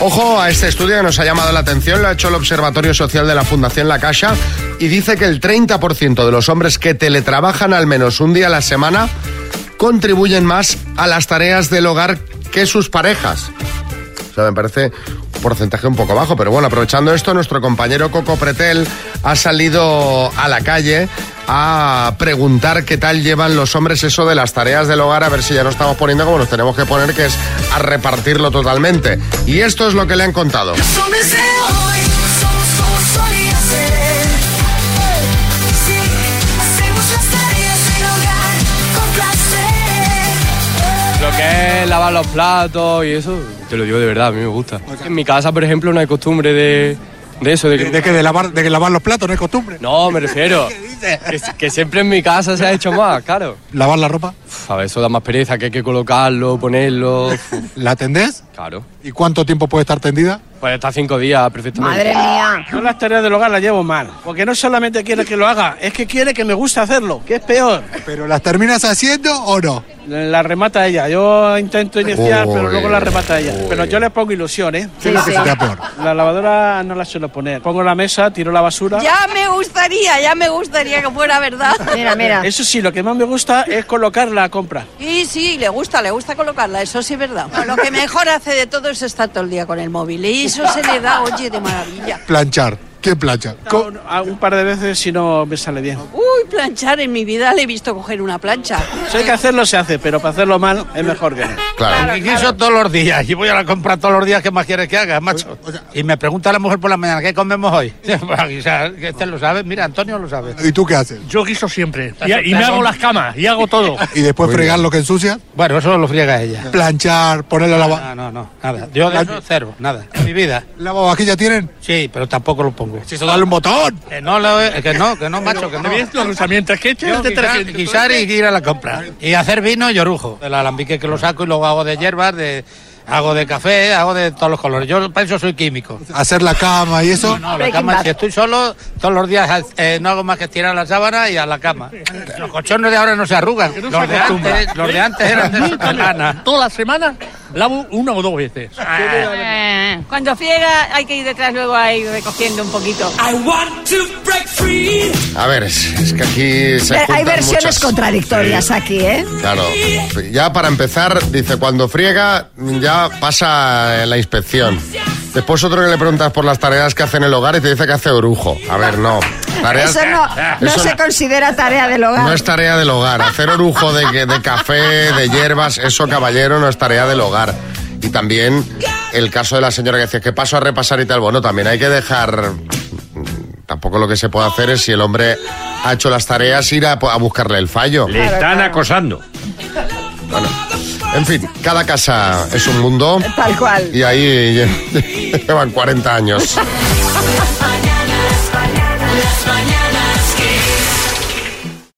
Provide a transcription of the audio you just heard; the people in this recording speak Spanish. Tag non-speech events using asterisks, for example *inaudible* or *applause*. Ojo a este estudio que nos ha llamado la atención, lo ha hecho el Observatorio Social de la Fundación La Caixa y dice que el 30% de los hombres que teletrabajan al menos un día a la semana contribuyen más a las tareas del hogar que sus parejas. O sea, me parece un porcentaje un poco bajo, pero bueno, aprovechando esto, nuestro compañero Coco Pretel ha salido a la calle a preguntar qué tal llevan los hombres eso de las tareas del hogar, a ver si ya nos estamos poniendo como nos tenemos que poner, que es a repartirlo totalmente. Y esto es lo que le han contado. Los hombres de hoy somos como solía ser. Sí, hacemos las tareas del hogar con placer. Lo que es lavar los platos y eso, te lo digo de verdad, a mí me gusta. En mi casa, por ejemplo, no hay costumbre de, de eso. De que, ¿De que de lavar, de que lavar los platos no es costumbre? No, me *laughs* refiero. que, que siempre en mi casa se ha hecho más, claro. ¿Lavar la ropa? Uf, a ver, eso da más pereza, que hay que colocarlo, ponerlo. uf, ¿La tendés? claro. ¿Y cuánto tiempo puede estar tendida? Pues está cinco días perfectamente. Madre mía. Yo las tareas del hogar las llevo mal, porque no solamente quiere que lo haga, es que quiere que me guste hacerlo, que es peor. ¿Pero las terminas haciendo o no? La remata ella, yo intento iniciar, pero Uy, luego la remata ella. uy. Pero yo le pongo ilusión, ¿eh? ¿Qué es lo que se te da peor? La lavadora no la suelo poner. Pongo la mesa, tiro la basura. Ya me gustaría, ya me gustaría que fuera verdad. Mira, mira. Eso sí, lo que más me gusta es colocar la compra. Y sí, le gusta, le gusta colocarla, eso sí es verdad. No, lo que mejor hace de todo es estar todo el día con el móvil. Y eso se le da, oye, de maravilla. Planchar. ¿Qué plancha? Co- Un, a- un par de veces si no me sale bien. Uy, planchar, en mi vida le he visto coger una plancha. Si hay que hacerlo, se hace, pero para hacerlo mal es mejor que no. Claro. Y guiso todos los días. Y voy a la compra todos los días. ¿Qué más quieres que haga, macho? y me pregunta la mujer por la mañana, ¿qué comemos hoy? *laughs* Para guisar, que este lo sabe. Mira, Antonio lo sabe. ¿Y tú qué haces? Yo guiso siempre. Y, me hago las camas. Y hago todo. ¿Y después fregar lo que ensucias? bueno, eso lo friega ella. Planchar, poner la lava... No, no, no. Nada. Yo de eso cero. Nada. En mi vida. ¿Lavavajilla tienen? Sí, pero tampoco lo pongo. ¡Si se dale un botón! Que no, lo, eh, que no, que no, macho, que no. que guisar, guisar y ir a la compra. Y hacer vino y orujo. El alambique que lo saco y luego hago de hierbas, de, hago de café, hago de todos los colores. Yo para eso soy químico. Hacer la cama y eso. No, la Breaking cama, Bad. si estoy solo, todos los días eh, no hago más que tirar la sábana y a la cama. Los colchones de ahora no se arrugan. Los de, antes, los de antes eran de semana. Toda la semana lavo una o dos veces. Eh, Cuando friega hay que ir detrás luego a ir recogiendo un poquito. I want to break free. A ver, es, es que aquí se Hay juntan versiones muchas. contradictorias aquí, ¿eh? Claro. Ya para empezar, dice, cuando friega ya pasa eh, la inspección. Después otro que le preguntas por las tareas que hace en el hogar y te dice que hace orujo. A ver, no. Tareas- Eso no, no eso se considera tarea del hogar. no es tarea del hogar. Hacer orujo de, que- de café, de hierbas, eso, caballero, no es tarea del hogar. Y también el caso de la señora que dice que paso a repasar y tal. Bueno, también hay que dejar... Tampoco lo que se puede hacer es si el hombre ha hecho las tareas ir a, a buscarle el fallo. Le están acosando. En fin, cada casa es un mundo. Tal cual. Y ahí *laughs* lle- llevan 40 años. Las mañanas, mañanas, mañanas.